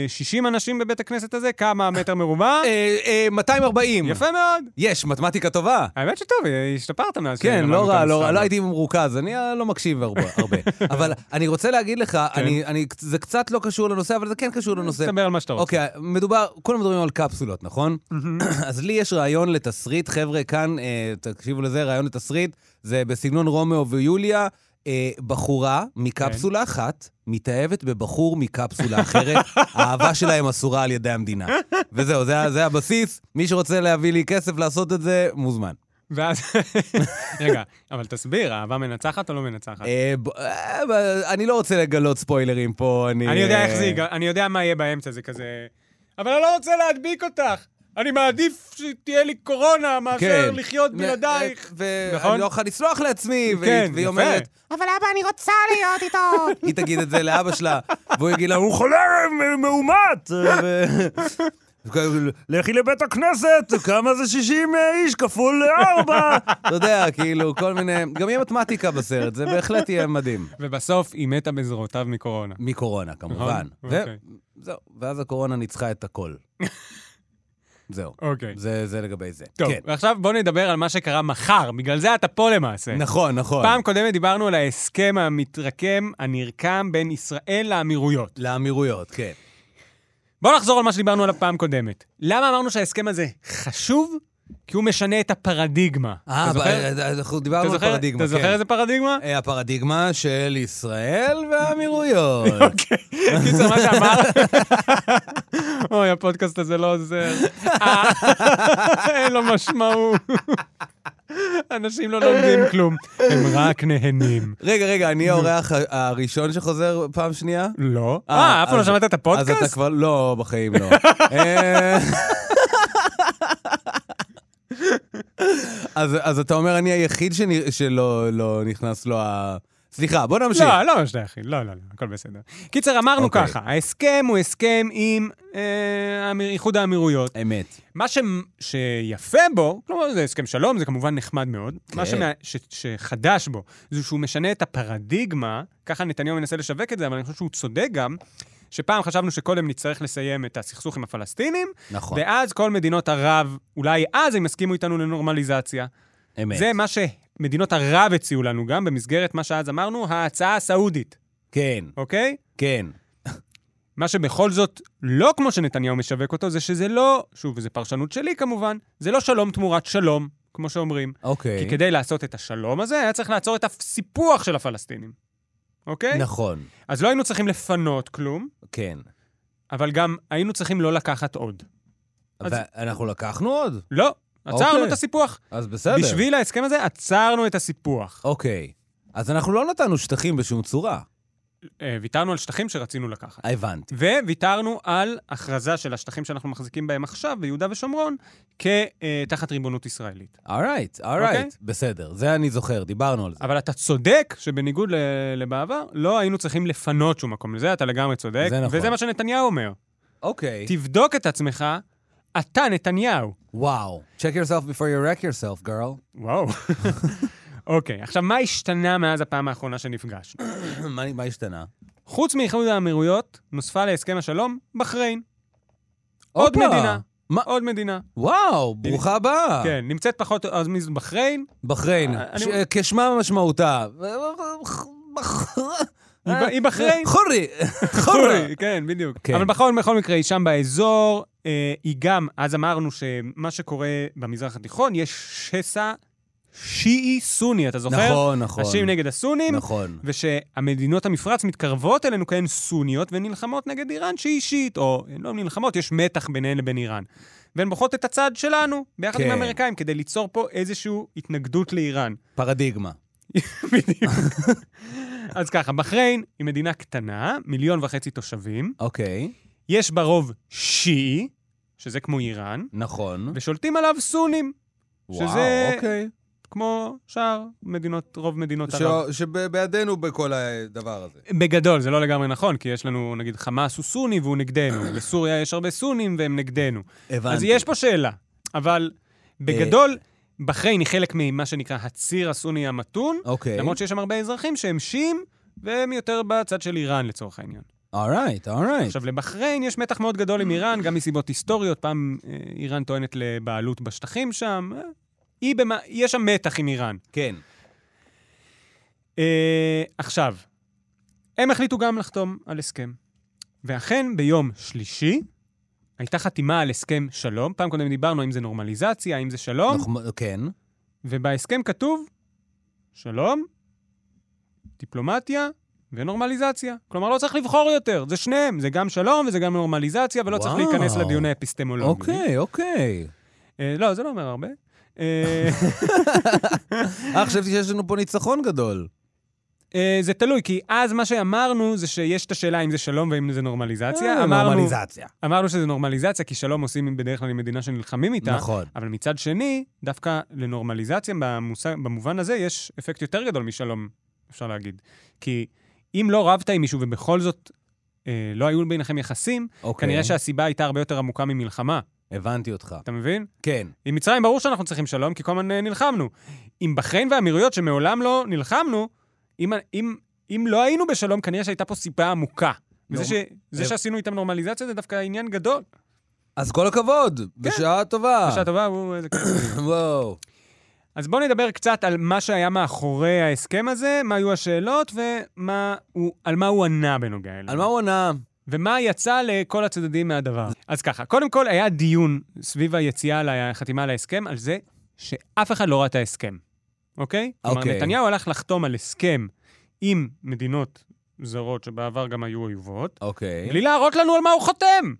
B: 60 אנשים בבית הכנסת הזה, כמה מטר מרובע?
C: אה, אה, 240.
B: יפה מאוד.
C: יש, מתמטיקה טובה.
B: האמת שטוב, השתפרת מאז.
C: כן,
B: שלמדנו
C: לא
B: את
C: רע,
B: המשחק.
C: לא רע, לא הייתי מרוכז, אני אה, לא מקשיב הרבה. הרבה. אבל אני רוצה להגיד לך,
B: כן.
C: אני- אני- זה קצת לא קשור לנושא, אבל זה כן קשור לנושא.
B: תדבר על מה שאתה רוצה.
C: אוקיי, מדובר, כולם מדברים על קפסולות, נכון? אז לי יש רעיון לתסריט, חבר'ה, כאן, אה, תקשיבו לזה, רעיון לתסריט, זה בסגנון רומאו ויוליה. אה, בחורה
B: כן.
C: מקפסולה אחת מתאהבת בבחור מקפסולה אחרת, האהבה שלהם אסורה על ידי המדינה. וזהו, זה, ה- זה הבסיס. מי שרוצה להביא לי כסף לעשות את זה, מוזמן.
B: ואז... רגע, אבל תסביר, אהבה מנצחת או לא מנצחת?
C: אה, ב, אה, ב- אני לא רוצה לגלות ספוילרים פה, אני...
B: אני יודע
C: אה,
B: איך זה ייגע, אני יודע מה יהיה באמצע, זה כזה... אבל אני לא רוצה להדביק אותך. אני מעדיף שתהיה לי קורונה מאשר
C: כן.
B: לחיות
C: ו-
B: בלעדייך.
C: ו-
B: נכון?
C: ואני לא אוכל לסלוח לעצמי, והיא-
B: כן,
C: והיא
B: יפה.
C: אומרת, אבל אבא, אני רוצה להיות איתו. היא תגיד את זה לאבא שלה, והוא יגיד לה, הוא חולה, מ- מאומת. אה, ו- לכי לבית הכנסת, כמה זה 60
B: אה,
C: איש כפול 4? אתה יודע, כאילו, כל מיני... גם יהיה מתמטיקה בסרט, זה בהחלט יהיה מדהים.
B: ובסוף היא מתה בזרועותיו מקורונה.
C: מקורונה, כמובן.
B: נכון?
C: ו-
B: אוקיי.
C: זהו, ואז הקורונה ניצחה את הכל. זהו.
B: אוקיי.
C: זה זה לגבי זה.
B: טוב,
C: כן.
B: ועכשיו בוא נדבר על מה שקרה מחר, בגלל זה אתה פה למעשה.
C: נכון, נכון.
B: אוקיי. פעם קודמת דיברנו על ההסכם המתרקם, הנרקם בין ישראל לאמירויות.
C: לאמירויות, כן.
B: בואו נחזור על מה שדיברנו עליו פעם קודמת. למה אמרנו שההסכם הזה חשוב? כי הוא משנה את הפרדיגמה.
C: אה,
B: אתה זוכר?
C: ב- אנחנו
B: אתה
C: דיברנו על
B: זוכר-
C: פרדיגמה,
B: אתה זוכר
C: כן.
B: איזה פרדיגמה?
C: אה, הפרדיגמה של ישראל והאמירויות.
B: קיצר, אוקיי. מה שאמר... אוי, הפודקאסט הזה לא עוזר. אה, אין לו משמעות. אנשים לא לומדים כלום, הם רק נהנים.
C: רגע, רגע, אני האורח ה- הראשון שחוזר פעם שנייה?
B: לא. אה, אף פעם לא
C: אז-
B: שמעת את
C: אז אתה
B: הפודקאסט?
C: כבר... לא, בחיים לא. אה, אז אז אתה אומר, אני היחיד שנ- שלא לא נכנס לו ה... סליחה, בוא נמשיך.
B: לא, לא משנה, אחי, לא, לא, לא, הכל בסדר. קיצר, אמרנו
C: אוקיי.
B: ככה, ההסכם הוא הסכם עם אה, האמיר- איחוד האמירויות.
C: אמת.
B: מה ש... שיפה בו, כלומר זה הסכם שלום, זה כמובן נחמד מאוד, כן. מה שמה... ש... שחדש בו זה שהוא משנה את הפרדיגמה, ככה נתניהו מנסה לשווק את זה, אבל אני חושב שהוא צודק גם, שפעם חשבנו שקודם נצטרך לסיים את הסכסוך עם הפלסטינים,
C: נכון,
B: ואז כל מדינות ערב, אולי אז הם יסכימו איתנו לנורמליזציה.
C: אמת.
B: זה מה שמדינות ערב הציעו לנו גם, במסגרת מה שאז אמרנו, ההצעה הסעודית,
C: כן,
B: אוקיי?
C: כן.
B: מה שבכל זאת לא כמו שנתניהו משווק אותו, זה שזה לא, שוב, וזו פרשנות שלי כמובן, זה לא שלום תמורת שלום, כמו שאומרים. כי
C: אוקיי.
B: כדי לעשות את השלום הזה, היה צריך לעצור את הסיפוח של הפלסטינים, אוקיי?
C: נכון,
B: אז לא היינו צריכים לפנות כלום,
C: כן.
B: אבל גם היינו צריכים לא לקחת עוד. אז-
C: ואנחנו לקחנו עוד,
B: לא, עצרנו
C: אוקיי.
B: את הסיפוח.
C: אז בסדר.
B: בשביל ההסכם הזה עצרנו את הסיפוח.
C: אוקיי. אז אנחנו לא נתנו שטחים בשום צורה. אוקיי.
B: אה, ויתרנו על שטחים שרצינו לקחת.
C: הבנתי.
B: וויתרנו על הכרזה של השטחים שאנחנו מחזיקים בהם עכשיו, ביהודה ושומרון, כתחת ריבונות ישראלית.
C: אורייט,
B: אוקיי.
C: אורייט. בסדר, זה אני זוכר, דיברנו על זה.
B: אבל אתה צודק שבניגוד ל- לבעבר, לא היינו צריכים לפנות שום מקום. לזה אתה לגמרי צודק.
C: זה נכון.
B: וזה מה שנתניהו אומר.
C: אוקיי.
B: תבדוק את עצמך, אתה נתניהו.
C: וואו. Check yourself before you wreck yourself, girl.
B: וואו. אוקיי, עכשיו, מה השתנה מאז הפעם האחרונה שנפגשנו?
C: מה- מה השתנה?
B: חוץ מאיחוד האמירויות, נוספה להסכם השלום בחריין. עוד
C: הופה.
B: מדינה.
C: מה? אה.
B: עוד מדינה.
C: וואו, ברוכה הבאה.
B: כן, נמצאת פחות או מז בחריין.
C: בחריין,
B: אני-
C: ש- כשמה משמעותה.
B: היא ב- היא בחריין.
C: חורי, חורי.
B: חורי, כן, בדיוק.
C: כן.
B: אבל בכל, בכל מקרה, היא שם באזור. אה, היא גם, אז אמרנו שמה שקורה במזרח התיכון, יש שסע שיעי-סוני, אתה זוכר?
C: נכון, נכון.
B: השיעים נגד הסונים.
C: נכון.
B: ושהמדינות המפרץ מתקרבות אלינו כהן סוניות והן נלחמות נגד איראן שהיא אישית, או הן לא נלחמות, יש מתח ביניהן לבין איראן. והן בוחרות את הצד שלנו, ביחד
C: כן.
B: עם האמריקאים, כדי ליצור פה איזושהי התנגדות לאיראן.
C: פרדיגמה.
B: בדיוק. אז ככה, בחריין היא מדינה קטנה, מיליון וחצי תושבים,
C: אוקיי,
B: יש בה רוב שיעי, שזה כמו איראן,
C: נכון.
B: ושולטים עליו סונים, שזה-
C: וואו, אוקיי.
B: כמו שאר מדינות, רוב מדינות ערב.
C: לא-
D: ש- שבידינו בכל הדבר הזה.
B: בגדול, זה לא לגמרי נכון, כי יש לנו, נגיד, חמאס הוא סוני והוא נגדנו, בסוריה יש הרבה סונים והם נגדנו.
C: הבנתי. אה,
B: אז יש פה שאלה, אבל בגדול, בחריין היא חלק ממה שנקרא הציר הסוני המתון,
C: אוקיי.
B: למרות שיש שם הרבה אזרחים שהם שיעים, והם יותר בצד של איראן לצורך העניין.
C: אורייט, אורייט.
B: עכשיו, לבחריין יש מתח מאוד גדול עם איראן, גם מסיבות היסטוריות. פעם אה, איראן טוענת לבעלות בשטחים שם. אה, היא במה, יש שם מתח עם איראן.
C: כן.
B: אה, עכשיו, הם החליטו גם לחתום על הסכם. ואכן, ביום שלישי הייתה חתימה על הסכם שלום. פעם קודם דיברנו האם זה נורמליזציה, האם זה שלום,
C: נכון, כן.
B: ובהסכם כתוב שלום, דיפלומטיה ונורמליזציה. כלומר, לא צריך לבחור יותר, זה שניהם, זה גם שלום וזה גם נורמליזציה, ולא צריך
C: וואו.
B: להיכנס לדיון האפיסטמולוגי.
C: אוקיי, אוקיי.
B: אה, לא, זה לא אומר הרבה. אה,
C: אה, חשבתי שיש לנו פה ניצחון גדול.
B: אה, זה תלוי, כי אז מה שאמרנו זה שיש את השאלה אם זה שלום ואם זה נורמליזציה.
C: אה,
B: אמרנו-
C: נורמליזציה.
B: אמרנו שזה נורמליזציה, כי שלום עושים בדרך כלל עם מדינה שנלחמים איתה.
C: נכון.
B: אבל מצד שני, דווקא לנורמליזציה במושג, במובן הזה יש אפקט יותר גדול משלום, אפשר להגיד. כי אם לא רבת עם מישהו ובכל זאת אה, לא היו ביניכם יחסים,
C: אוקיי.
B: כנראה שהסיבה הייתה הרבה יותר עמוקה ממלחמה,
C: הבנתי אותך.
B: אתה מבין?
C: כן.
B: עם מצרים ברור שאנחנו צריכים שלום, כי כל הזמן אה, נלחמנו. עם בחריין והאמירויות, שמעולם לא נלחמנו, אם, אם, אם לא היינו בשלום, כנראה שהייתה פה סיבה עמוקה. וזה
C: נורמ-
B: ש... זה
C: אה.
B: שעשינו איתם נורמליזציה זה דווקא עניין גדול.
C: אז כל הכבוד, בשעה טובה.
B: כן. בשעה טובה, הוא אה, איזה כיף.
C: וואו.
B: אז בואו נדבר קצת על מה שהיה מאחורי ההסכם הזה, מה היו השאלות ועל מה הוא ענה בנוגע אליו.
C: על מה הוא ענה?
B: ומה יצא לכל הצדדים מהדבר. אז ככה, קודם כל היה דיון סביב היציאה לחתימה על ההסכם, על זה שאף אחד לא ראה את ההסכם, אוקיי? כלומר,
C: אוקיי.
B: נתניהו הלך לחתום על הסכם עם מדינות זרות שבעבר גם היו אויבות,
C: אוקיי.
B: בלי להראות לנו על מה הוא חותם!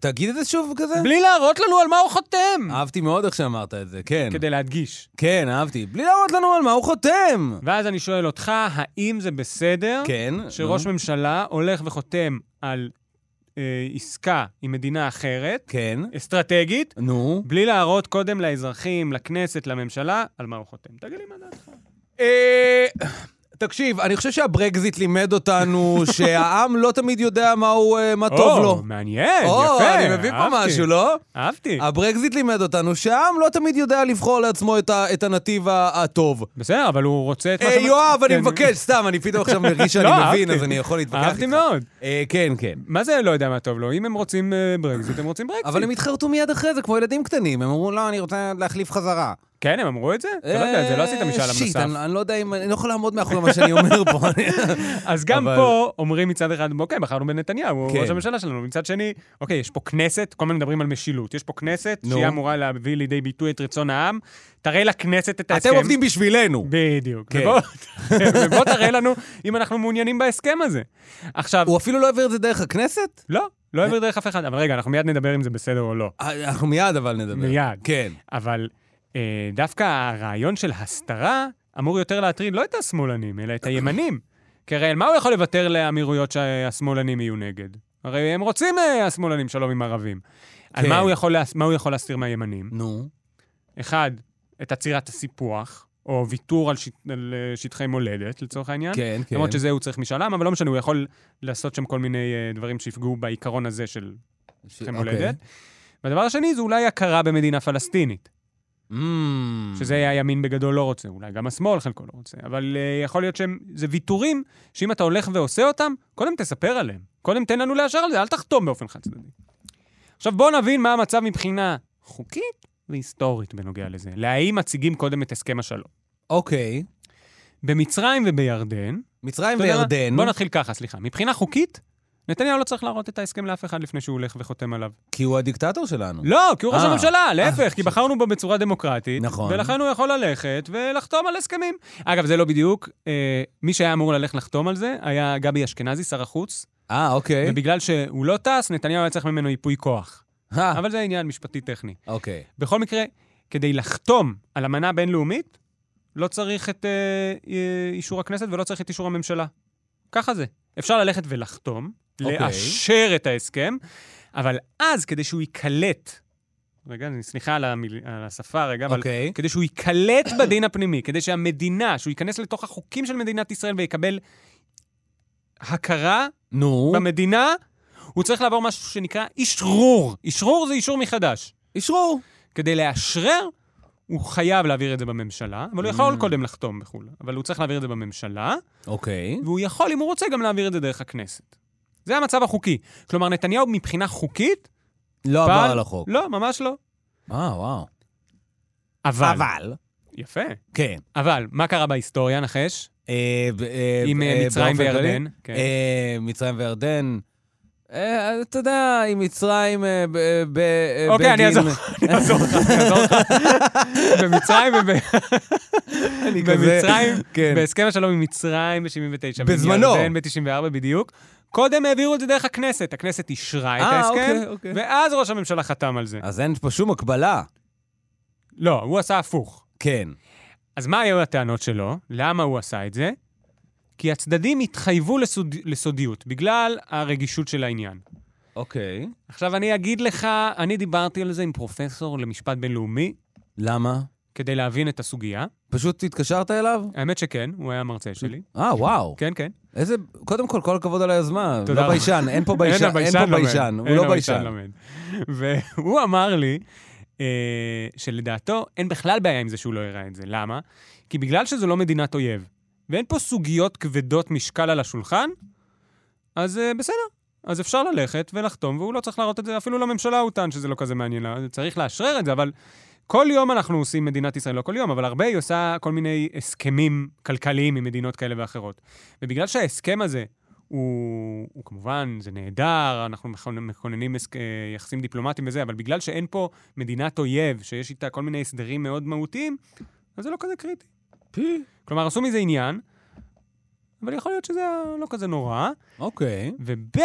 C: תגיד את זה שוב כזה.
B: בלי להראות לנו על מה הוא חותם!
C: אהבתי מאוד איך שאמרת את זה, אה, כן.
B: כדי להדגיש.
C: כן, אהבתי. בלי להראות לנו על מה הוא חותם.
B: ואז אני שואל אותך, האם זה בסדר?
C: כן.
B: שראש
C: נו.
B: ממשלה הולך וחותם על אה, עסקה עם מדינה אחרת,
C: כן.
B: אסטרטגית,
C: נו.
B: בלי להראות קודם לאזרחים, לכנסת, לממשלה, על מה הוא חותם. תגיד לי מה דעתך.
C: אה, תקשיב, אני חושב שהברקזיט לימד אותנו שהעם לא תמיד יודע מה הוא, אה, מה טוב לו.
B: מעניין,
C: או,
B: יפה.
C: אני מביא פה
B: אהבתי,
C: משהו, לא?
B: אהבתי.
C: הברקזיט לימד אותנו שהעם לא תמיד יודע לבחור לעצמו את ה- את הנתיב ה- הטוב.
B: בסדר, אבל הוא רוצה את מה
C: אה,
B: ש-
C: יואב, אני
B: כן.
C: מבקש, סתם, אני פתאום עכשיו מרגיש שאני
B: לא,
C: מבין,
B: אהבתי.
C: אז אני יכול להתווכח איתך.
B: אהבתי מאוד.
C: אה, כן, כן.
B: מה זה לא יודע מה טוב לו? אם הם רוצים אה, ברקזיט, הם רוצים ברקזיט.
C: אבל הם התחרטו מיד אחרי זה, כמו ילדים קטנים. הם אמרו, לא, אני רוצה להחליף חזרה.
B: כן, הם אמרו את זה? אתה לא יודע, את זה לא עשית משאל עם
C: אה, שיט,
B: נוסף.
C: אני אני לא יודע אם... אני לא יכול לעמוד מאחורי מה שאני אומר פה.
B: אז גם
C: אבל-
B: פה אומרים מצד אחד, אוקיי, בחרנו בנתניהו, הוא
C: כן.
B: ראש הממשלה שלנו. מצד שני, אוקיי, יש פה כנסת, כל הזמן מדברים על משילות. יש פה כנסת
C: נו.
B: שהיא אמורה להביא לידי ביטוי את רצון העם. תראה לכנסת את ההסכם.
C: אתם עובדים בשבילנו.
B: בדיוק.
C: כן.
B: ובוא- ובוא תראה לנו אם אנחנו מעוניינים בהסכם הזה. עכשיו,
C: הוא אפילו לא העביר את זה דרך הכנסת?
B: לא, לא עובר דרך אף אחד, אבל רגע, אנחנו מיד נדבר אם זה בסדר או לא.
C: אה, אנחנו מיד אבל נדבר.
B: מיד.
C: כן.
B: אבל אה, דווקא הרעיון של הסתרה אמור יותר להטריד לא את השמאלנים, אלא את הימנים. כי הרי על מה הוא יכול לוותר לאמירויות שהשמאלנים יהיו נגד? הרי הם רוצים, אה, השמאלנים, שלום עם ערבים. על
C: כן.
B: מה הוא יכול להס- מה הוא יכול להסתיר מהימנים?
C: נו.
B: אחד, את עצירת הסיפוח, או ויתור על, שט, על אה, שטחי מולדת, לצורך העניין.
C: כן, כן.
B: למרות שזה הוא צריך משאל עם, אבל לא משנה, הוא יכול לעשות שם כל מיני אה, דברים שיפגעו בעיקרון הזה של
C: ש-
B: שטחי
C: אוקיי.
B: מולדת. והדבר השני זה אולי הכרה במדינה פלסטינית,
C: אמ,
B: שזה הימין בגדול לא רוצה, אולי גם השמאל חלקו לא רוצה, אבל אה, יכול להיות שהם, זה ויתורים שאם אתה הולך ועושה אותם, קודם תספר עליהם. קודם תן לנו לאשר על זה, אל תחתום באופן חד צדדי. עכשיו בואו נבין מה המצב מבחינה חוקית והיסטורית בנוגע לזה. להאם מציגים קודם את הסכם השלום.
C: אוקיי.
B: במצרים ובירדן,
C: מצרים
B: אתה יודע מה?
C: וירדן,
B: בוא נתחיל ככה, סליחה. מבחינה חוקית, נתניהו לא צריך להראות את ההסכם לאף אחד לפני שהוא הולך וחותם עליו.
C: כי הוא הדיקטטור שלנו.
B: לא, כי הוא ראש
C: אה.
B: הממשלה,
C: אה,
B: להפך, כי בחרנו בו בצורה דמוקרטית.
C: נכון.
B: ולכן הוא יכול ללכת ולחתום על הסכמים. אגב, זה לא בדיוק, אה, מי שהיה אמור ללכת לחתום על זה היה גבי אשכנזי, שר החוץ,
C: אה, אוקיי.
B: ובגלל שהוא לא טס, נתניהו היה צריך ממנו ייפוי כוח.
C: אה,
B: אבל זה עניין משפטי טכני.
C: אוקיי.
B: בכל מקרה, כדי לחתום על אמנה בינלאומית, לא צריך את אה, אה, אישור הכנסת ולא צריך את אישור הממשלה. ככה זה. אפשר ללכת ולחתום,
C: אוקיי.
B: לאשר את ההסכם, אבל אז, כדי שהוא ייקלט, רגע, אני- סליחה על, המיל... על השפה רגע, אבל
C: אוקיי.
B: כדי שהוא ייקלט בדין הפנימי, כדי שהמדינה, שהוא ייכנס לתוך החוקים של מדינת ישראל ויקבל הכרה
C: נו,
B: במדינה, הוא צריך לעבור משהו שנקרא אשרור. אשרור זה אישור מחדש.
C: אישרו.
B: כדי לאשרר, הוא חייב להעביר את זה בממשלה, אבל הוא
C: Mm.
B: יכול קודם לחתום בחו"ל, אבל הוא צריך להעביר את זה בממשלה,
C: אוקיי.
B: והוא יכול, אם הוא רוצה, גם להעביר את זה דרך הכנסת. זה המצב החוקי. כלומר, נתניהו מבחינה חוקית...
C: לא
B: פעל-
C: עבר על החוק.
B: לא, ממש לא.
C: אה, וואו.
B: אבל. יפה.
C: כן.
B: אבל, מה קרה בהיסטוריה, נחש?
C: אה, ב- אה,
B: עם אה,
C: אה,
B: מצרים
C: באופן כללי?
B: וירדן? כן.
C: אה, מצרים וירדן. אה, אתה יודע, עם מצרים... אה, ב- אה, ב- אה,
B: אוקיי,
C: בגין-
B: אני אעזור אני אעזור לך, אני אעזור לך. במצרים וב...
C: אני כזה-
B: במצרים,
C: כן.
B: בהסכם השלום עם מצרים ב-79,
C: בזמנו.
B: ב-94 בדיוק. קודם העבירו את זה דרך הכנסת, הכנסת אישרה את
C: אה,
B: ההסכם,
C: אוקיי, אוקיי.
B: ואז ראש הממשלה חתם על זה.
C: אז אין פה שום הקבלה.
B: לא, הוא עשה הפוך.
C: כן.
B: אז מה היו הטענות שלו? למה הוא עשה את זה? כי הצדדים התחייבו לסוד... לסודיות, בגלל הרגישות של העניין.
C: אוקיי.
B: עכשיו, אני אגיד לך, אני דיברתי על זה עם פרופסור למשפט בינלאומי,
C: למה?
B: כדי להבין את הסוגיה.
C: פשוט התקשרת אליו?
B: האמת שכן, הוא היה המרצה שלי.
C: אה, וואו.
B: כן, כן.
C: איזה... קודם כל, כל הכבוד על היוזמה.
B: תודה
C: לא
B: רבה.
C: ביישן, אין פה ביישן.
B: אין הביישן
C: אין פה
B: לומד.
C: ביישן. הוא
B: אין
C: לא
B: הביישן
C: ביישן.
B: לומד. והוא אמר לי אה, שלדעתו אין בכלל בעיה עם זה שהוא לא הראה את זה. למה? כי בגלל שזו לא מדינת אויב, ואין פה סוגיות כבדות משקל על השולחן, אז אה, בסדר. אז אפשר ללכת ולחתום, והוא לא צריך להראות את זה, אפילו לממשלה הוא טען שזה לא כזה מעניין, לה, צריך לאשרר את זה, אבל כל יום אנחנו עושים, מדינת ישראל לא כל יום, אבל הרבה היא עושה כל מיני הסכמים כלכליים עם מדינות כאלה ואחרות. ובגלל שההסכם הזה הוא, הוא כמובן, זה נהדר, אנחנו מכונ- מכוננים הסק- אה, יחסים דיפלומטיים וזה, אבל בגלל שאין פה מדינת אויב, שיש איתה כל מיני הסדרים מאוד מהותיים, אז זה לא כזה קריטי.
C: פי.
B: כלומר, עשו מזה עניין, אבל יכול להיות שזה לא כזה נורא.
C: אוקיי.
B: וב',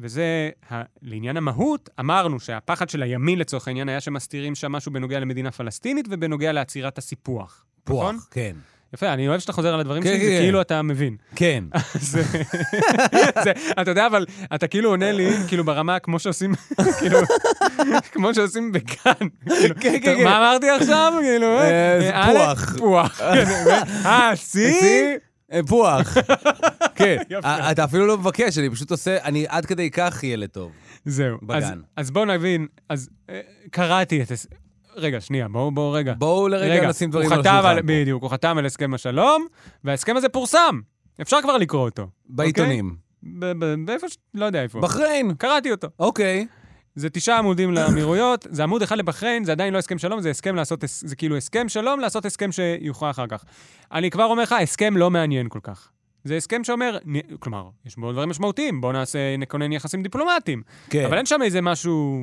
B: וזה ה- לעניין המהות, אמרנו שהפחד של הימין לצורך העניין היה שמסתירים שם משהו בנוגע למדינה פלסטינית ובנוגע לעצירת הסיפוח. נכון?
C: פוח. כן.
B: יפה, אני אוהב שאתה חוזר על הדברים
C: כן,
B: שלי, זה
C: כן.
B: כאילו אתה מבין.
C: כן.
B: זה, זה, אתה יודע, אבל אתה כאילו עונה לי, כאילו ברמה כמו שעושים, כאילו, כמו שעושים בכאן. כאילו,
C: כן,
B: אתה-
C: כן.
B: מה אמרתי עכשיו? כאילו, אה,
C: אה, זה
B: אה, א',
C: פוח.
B: פוח. כן, ו- אה, סי?
C: סי? אה, פוח. כן.
B: יפה.
C: אה, אתה אפילו לא מבקש, אני פשוט עושה... אני עד כדי כך ילד טוב.
B: זהו.
C: בגן.
B: אז- אז בואו נבין, אז אה, קראתי את... הס- רגע, שנייה, בואו, בואו רגע.
C: בואו לרגע נשים דברים על
B: הוא חתם על... אוקיי.
C: השולחן.
B: בדיוק, הוא חתם על הסכם השלום, וההסכם הזה פורסם. אפשר כבר לקרוא אותו. אוקיי?
C: בעיתונים.
B: ב- ב- באיפה ש... לא יודע איפה.
C: בחריין.
B: קראתי אותו.
C: אוקיי.
B: זה תשעה עמודים לאמירויות, זה עמוד אחד לבחריין, זה עדיין לא הסכם שלום, זה הסכם לעשות, הס- זה כאילו הסכם שלום לעשות הסכם שיוכרע אחר כך. אני כבר אומר לך, הסכם לא מעניין כל כך. זה הסכם שאומר, נ- כלומר, יש בו דברים משמעותיים, בוא נעשה, נכונן יחסים דיפלומטיים.
C: כן.
B: אבל אין שם איזה משהו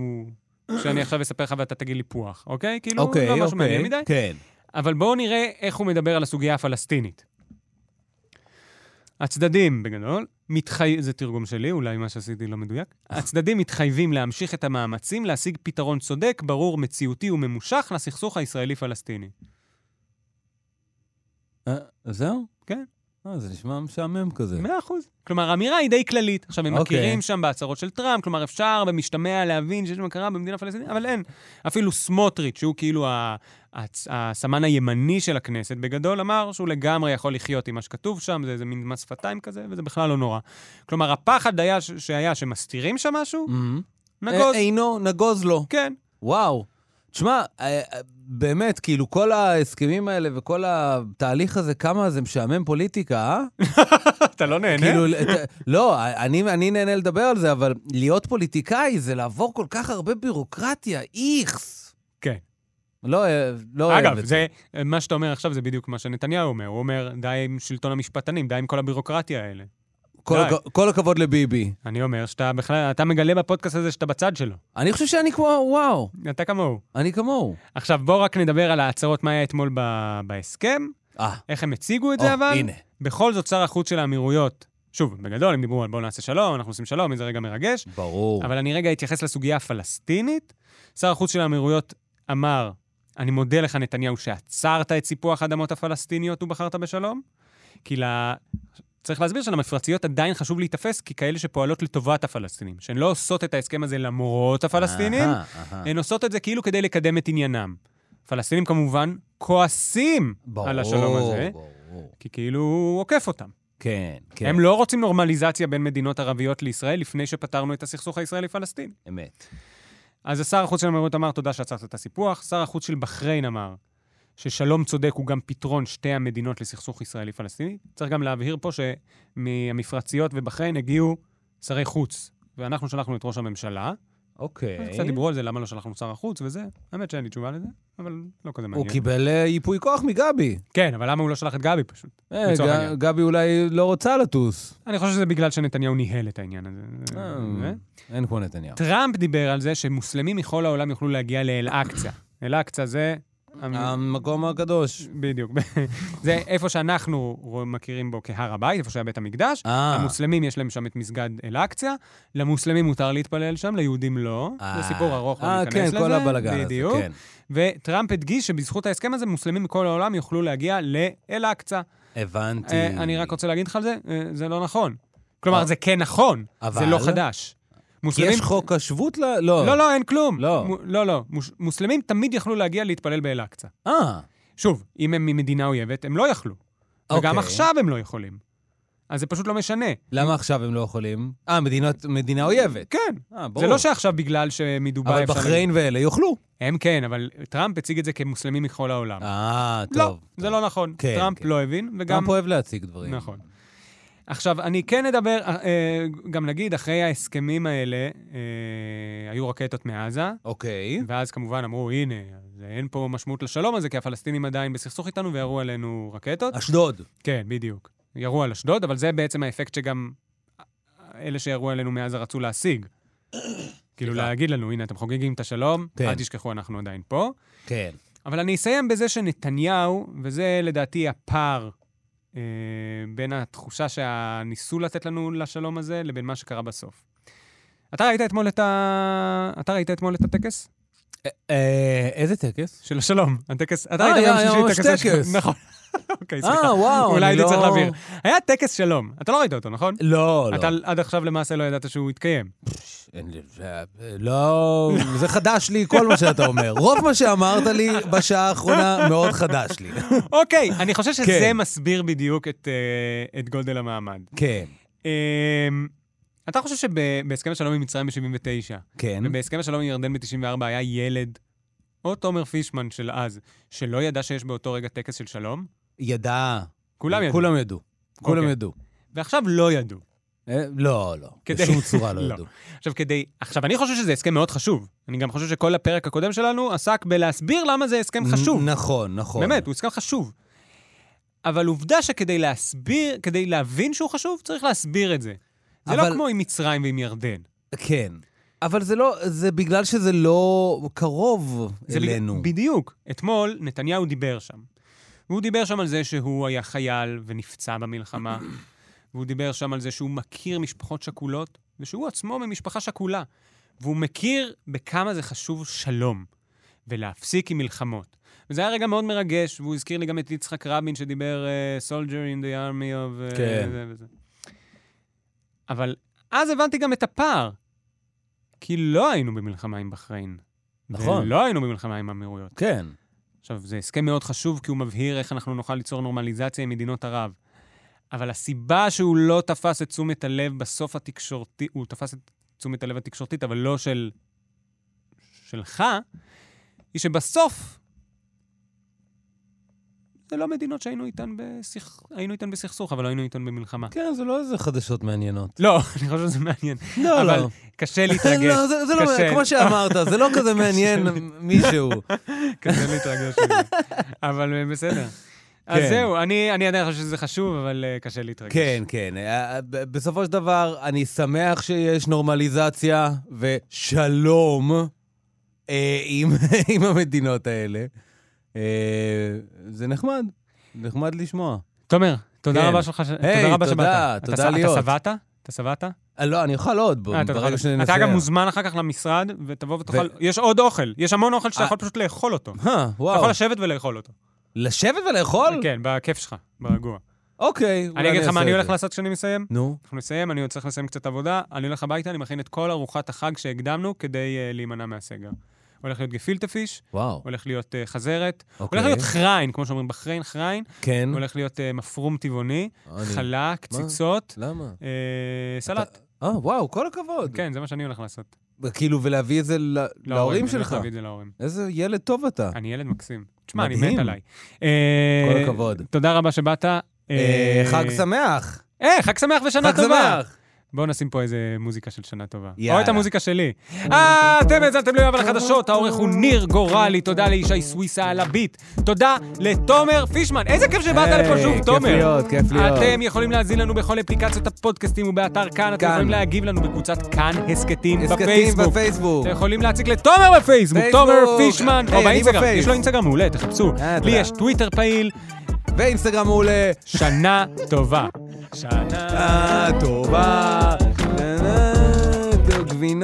B: שאני עכשיו אספר לך ואתה תגיד לי פוח, אוקיי? כאילו,
C: אוקיי,
B: לא משהו
C: אוקיי.
B: מעניין מדי.
C: כן.
B: אבל בואו נראה איך הוא מדבר על הסוגיה הפלסטינית. הצדדים, בגדול, מתחי... זה תרגום שלי, אולי מה שעשיתי לא מדויק. הצדדים מתחייבים להמשיך את המאמצים להשיג פתרון צודק, ברור, מציאותי וממושך לסכסוך הישראלי-פלסטיני.
C: אה, זהו?
B: כן.
C: אה, זה נשמע משעמם כזה.
B: מאה אחוז. כלומר, האמירה היא די כללית. עכשיו, הם
C: כן. אוקיי.
B: מכירים שם בהצהרות של טראמפ, כלומר, אפשר במשתמע להבין שיש מכרה במדינה פלסטינית, אבל אין. אפילו סמוטריץ', שהוא כאילו ה- הצ- הסמן הימני של הכנסת, בגדול אמר שהוא לגמרי יכול לחיות עם מה שכתוב שם, זה איזה מין מס שפתיים כזה, וזה בכלל לא נורא. כלומר, הפחד היה ש- שהיה שמסתירים שם משהו,
C: מהמם.
B: נגוז.
C: אה, אינו, נגוז לו.
B: כן.
C: וואו. תשמע, אה, אה, באמת, כאילו, כל ההסכמים האלה וכל התהליך הזה, כמה זה משעמם פוליטיקה, אה?
B: אתה לא נהנה?
C: כאילו, את- לא, אני, אני נהנה לדבר על זה, אבל להיות פוליטיקאי זה לעבור כל כך הרבה בירוקרטיה, איכס.
B: כן.
C: לא, אוהב- לא אוהב
B: אגב,
C: את
B: זה, מה שאתה אומר עכשיו זה בדיוק מה שנתניהו אומר. הוא אומר, די עם שלטון המשפטנים, די עם כל הבירוקרטיה האלה.
C: כל,
B: די.
C: הכ- כל הכבוד לביבי.
B: אני אומר שאתה בכלל, אתה מגלה בפודקאסט הזה שאתה בצד שלו.
C: אני חושב שאני כמו, וואו,
B: אתה כמוהו.
C: אני כמוהו.
B: עכשיו, בואו רק נדבר על ההצהרות, מה היה אתמול ב- בהסכם,
C: אה,
B: איך הם הציגו את
C: או,
B: זה, אבל...
C: הנה.
B: בכל זאת, שר החוץ של האמירויות, שוב, בגדול, הם דיברו על בואו נעשה שלום, אנחנו עושים שלום, איזה רגע מרגש,
C: ברור.
B: אבל אני רגע אתייחס לסוגיה הפלסטינית. שר החוץ של האמירויות אמר, אני מודה לך, נתניהו, שעצרת את סיפוח האדמות הפלסטיניות ובחרת בשלום, כי ל... צריך להסביר שלמפרציות עדיין חשוב להיתפס ככאלה שפועלות לטובת הפלסטינים, שהן לא עושות את ההסכם הזה למרות הפלסטינים,
C: אהה, אהה.
B: הן עושות את זה כאילו כדי לקדם את עניינם. פלסטינים כמובן כועסים
C: ברור,
B: על השלום הזה,
C: ברור.
B: כי כאילו הוא עוקף אותם.
C: כן, כן,
B: הם לא רוצים נורמליזציה בין מדינות ערביות לישראל לפני שפתרנו את הסכסוך הישראלי-פלסטיני.
C: אמת.
B: אז השר החוץ של המהירות אמר, תודה שעצרת את הסיפוח. שר החוץ של בחריין אמר ששלום צודק הוא גם פתרון שתי המדינות לסכסוך ישראלי-פלסטיני. צריך גם להבהיר פה שמהמפרציות ובחריין הגיעו שרי חוץ, ואנחנו שלחנו את ראש הממשלה.
C: אוקיי.
B: קצת דיברו על זה, למה לא שלחנו שר החוץ וזה. האמת שאין לי תשובה לזה, אבל לא כזה מעניין.
C: הוא קיבל אה, ייפוי כוח מגבי.
B: כן, אבל למה הוא לא שלח את גבי פשוט?
C: אה,
B: לצורך
C: ג-
B: העניין.
C: גבי אולי לא רוצה לטוס.
B: אני חושב שזה בגלל שנתניהו ניהל את העניין הזה.
C: אה,
B: זה.
C: אין כמו נתניהו.
B: טראמפ דיבר על זה שמוסלמים מכל העולם יוכלו להגיע לאל-אקצא. אל-אקצא זה...
C: אה, המקום הקדוש.
B: בדיוק. זה איפה שאנחנו רוא- מכירים בו כהר הבית, איפה שהיה בית המקדש.
C: אה.
B: המוסלמים, יש להם שם את מסגד אל-אקצא. למוסלמים מותר להתפלל שם, ליהודים לא. זה סיפור ארוך, לא
C: אה,
B: ניכנס
C: כן,
B: לזה.
C: כל הבלגן הזה,
B: בדיוק.
C: כן.
B: וטראמפ הדגיש שבזכות ההסכם הזה, מוסלמים מכל העולם יוכלו להגיע לאל-אקצא.
C: הבנתי.
B: אה, אני רק רוצה להגיד לך על זה, אה, זה לא נכון. כלומר, זה כן נכון, זה
C: אבל-
B: לא חדש.
C: כי
B: מוסלמים...
C: יש חוק השבות ל... לא.
B: לא, לא, אין כלום.
C: לא.
B: מ- לא, לא. מוש- מוסלמים תמיד יכלו להגיע להתפלל באל-אקצא.
C: אה,
B: שוב, אם הם ממדינה אויבת, הם לא יכלו. וגם
C: אוקיי.
B: עכשיו הם לא יכולים. אז זה פשוט לא משנה.
C: למה עכשיו הם לא יכולים? אה, מדינות- מדינה אויבת.
B: כן.
C: אה, ברור.
B: זה לא שעכשיו בגלל שמדובאי
C: אבל
B: אפשר...
C: בחריין ואלה יוכלו.
B: הם כן, אבל טראמפ הציג את זה כמוסלמים מכל העולם.
C: אה, טוב.
B: לא,
C: טוב.
B: זה לא נכון.
C: כן,
B: טראמפ
C: כן.
B: לא הבין, וגם...
C: טראמפ אוהב להציג דברים.
B: נכון. עכשיו, אני כן אדבר, אה, אה, גם נגיד, אחרי ההסכמים האלה, אה, היו רקטות מעזה,
C: אוקיי.
B: ואז כמובן אמרו, הנה, אז אין פה משמעות לשלום הזה, כי הפלסטינים עדיין בסכסוך איתנו וירו עלינו רקטות.
C: אשדוד.
B: כן, בדיוק. ירו על אשדוד, אבל זה בעצם האפקט שגם אלה שירו עלינו מעזה רצו להשיג. כאילו, להגיד לנו, הנה, אתם חוגגים את השלום,
C: כן.
B: אל תשכחו, אנחנו עדיין פה.
C: כן.
B: אבל אני אסיים בזה שנתניהו, וזה לדעתי הפער אה, בין התחושה שניסו לתת לנו לשלום הזה לבין מה שקרה בסוף. אתה ראית אתמול את, ה... אתה ראית אתמול את הטקס?
C: אה, איזה טקס?
B: של השלום. הטקס, אתה
C: אה,
B: ראית
C: היה-
B: ביום
C: היה
B: שישי
C: ממש
B: טקס השלום.
C: טקס.
B: נכון. אוקיי, סליחה.
C: אה, וואו,
B: אולי
C: אני
B: הייתי
C: לא...
B: צריך להבהיר. היה טקס שלום. אתה לא ראית אותו, נכון?
C: לא, לא.
B: אתה עד עכשיו למעשה לא ידעת שהוא התקיים.
C: אין לי... זה- לא, זה חדש לי, כל מה שאתה אומר. רוב מה שאמרת לי בשעה האחרונה מאוד חדש לי.
B: אוקיי, אני חושב שזה
C: כן.
B: מסביר בדיוק את, אה, את גודל המעמד.
C: כן,
B: אמ, אתה חושב שבהסכם השלום עם מצרים ב-79,
C: כן.
B: ובהסכם השלום עם ירדן ב-94 היה ילד, או תומר פישמן של אז, שלא ידע שיש באותו רגע טקס של שלום?
C: ידע.
B: כולם ידעו.
C: כולם ידעו. כולם
B: אוקיי.
C: ידעו.
B: ועכשיו לא ידעו.
C: אה, לא, לא.
B: כדי-
C: בשום צורה לא
B: לא.
C: ידעו.
B: עכשיו, כדי... עכשיו, אני חושב שזה הסכם מאוד חשוב. אני גם חושב שכל הפרק הקודם שלנו עסק בלהסביר למה זה הסכם חשוב.
C: נ- נכון, נכון.
B: באמת, הוא הסכם חשוב. אבל עובדה שכדי להסביר, כדי להבין שהוא חשוב, צריך להסביר את זה. זה לא
C: אבל-
B: כמו עם מצרים ועם ירדן.
C: כן. אבל זה לא, זה בגלל שזה לא קרוב
B: זה בג-
C: אלינו.
B: בדיוק. אתמול נתניהו דיבר שם. והוא דיבר שם על זה שהוא היה חייל ונפצע במלחמה, והוא דיבר שם על זה שהוא מכיר משפחות שכולות, ושהוא עצמו ממשפחה שכולה, והוא מכיר בכמה זה חשוב שלום, ולהפסיק עם מלחמות. וזה היה רגע מאוד מרגש, והוא הזכיר לי גם את יצחק רבין שדיבר uh, Soldier in the Army of... Uh,
C: כן.
B: זה וזה. אבל אז הבנתי גם את הפער, כי לא היינו במלחמה עם בחריין.
C: נכון.
B: ולא היינו במלחמה עם האמירויות.
C: כן.
B: עכשיו, זה הסכם מאוד חשוב, כי הוא מבהיר איך אנחנו נוכל ליצור נורמליזציה עם מדינות ערב. אבל הסיבה שהוא לא תפס את תשומת הלב בסוף התקשורתי, הוא תפס את תשומת הלב התקשורתית, אבל לא של... שלך, היא שבסוף זה לא מדינות שהיינו איתן, בסכ... היינו איתן בסכסוך, אבל לא היינו איתן במלחמה.
C: כן, זה לא איזה חדשות מעניינות.
B: לא, אני חושב שזה מעניין,
C: לא,
B: אבל
C: לא.
B: קשה להתרגש.
C: לא, זה, זה לא,
B: קשה.
C: כמו שאמרת, זה לא כזה מעניין מישהו.
B: קשה להתרגש מזה. אבל אה, בסדר. אז
C: כן.
B: זהו, אני אני עדיין חושב שזה חשוב, אבל אה, קשה להתרגש.
C: כן, כן. אה, ב- בסופו של דבר, אני שמח שיש נורמליזציה ושלום אה, עם, עם המדינות האלה. אה, זה נחמד, נחמד לשמוע.
B: תומר, תודה
C: כן.
B: רבה שלך, ש-
C: היי,
B: תודה רבה שבאת.
C: תודה,
B: אתה
C: תודה
B: ס-
C: להיות.
B: אתה שבעת? אתה שבעת?
C: אה, לא, אני אוכל עוד, בו,
B: אה, אתה
C: ברגע
B: תאכל.
C: שננסה.
B: אתה גם מוזמן אחר כך למשרד, ותבוא ותאכל, יש עוד אוכל, יש המון אוכל שאתה
C: אה.
B: יכול פשוט לאכול אותו. אתה
C: אה,
B: יכול
C: וואו.
B: לשבת ולאכול אותו.
C: לשבת ולאכול?
B: כן, בכיף שלך, ברגוע.
C: אוקיי. אולי
B: אני אגיד לך
C: אעשה
B: מה אני
C: את
B: הולך
C: זה.
B: לעשות כשאני מסיים?
C: נו.
B: אנחנו נסיים, אני עוד צריך לסיים קצת עבודה, אני הולך הביתה, אני מכין את כל ארוחת החג שהקדמנו כדי אה, להימנע מהסגר. הולך להיות גפילטה פיש,
C: וואו.
B: הולך להיות אה, חזרת,
C: אוקיי.
B: הולך להיות חריין, כמו שאומרים בחריין, חריין,
C: כן.
B: הולך להיות אה, מפרום טבעוני,
C: אני-
B: חלה, קציצות,
C: למה?
B: אה, סלט.
C: אה, וואו, כל הכבוד.
B: כן, זה מה שאני הולך לעשות.
C: כאילו, ולהביא את זה ל- להורים
B: אני הולך
C: שלך.
B: להביא את זה להורים.
C: איזה ילד טוב אתה.
B: אני ילד מקסים. תשמע, אני
C: מדהים.
B: מת עליי. אה,
C: כל הכבוד.
B: תודה רבה שבאת. אה,
C: אה, חג שמח.
B: אה, חג שמח ושנה
C: חג
B: טובה.
C: שמח.
B: בואו נשים פה איזה מוזיקה של שנה טובה. או
C: יאללה.
B: את המוזיקה שלי. אה, אתם האזנתם ליואב על החדשות, העורך הוא ניר גורלי, תודה לישי סוויסה על הביט. תודה לתומר פישמן. איזה כיף שבאת
C: היי,
B: לפה שוב,
C: אה, כיף
B: תומר.
C: להיות, כיף להיות.
B: אתם יכולים להזין לנו בכל אפליקציות הפודקאסטים ובאתר כאן. אתם
C: כאן.
B: יכולים להגיב לנו בקבוצת כאן הסכתים
C: הסכתים
B: בפייסבוק.
C: בפייסבוק.
B: אתם יכולים להציג לתומר בפייסבוק,
C: פייסבוק.
B: תומר פישמן,
C: היי,
B: או
C: אני
B: באינסטגרם.
C: בפייס.
B: יש לו אינסטגרם מעולה, תחפשו.
C: אה,
B: לי
C: תודה.
B: יש טוויטר פעיל.
C: ואינסטגרם מעולה.
B: שנה טובה. שנה
C: אה, טובה. אה, אה, גבינות.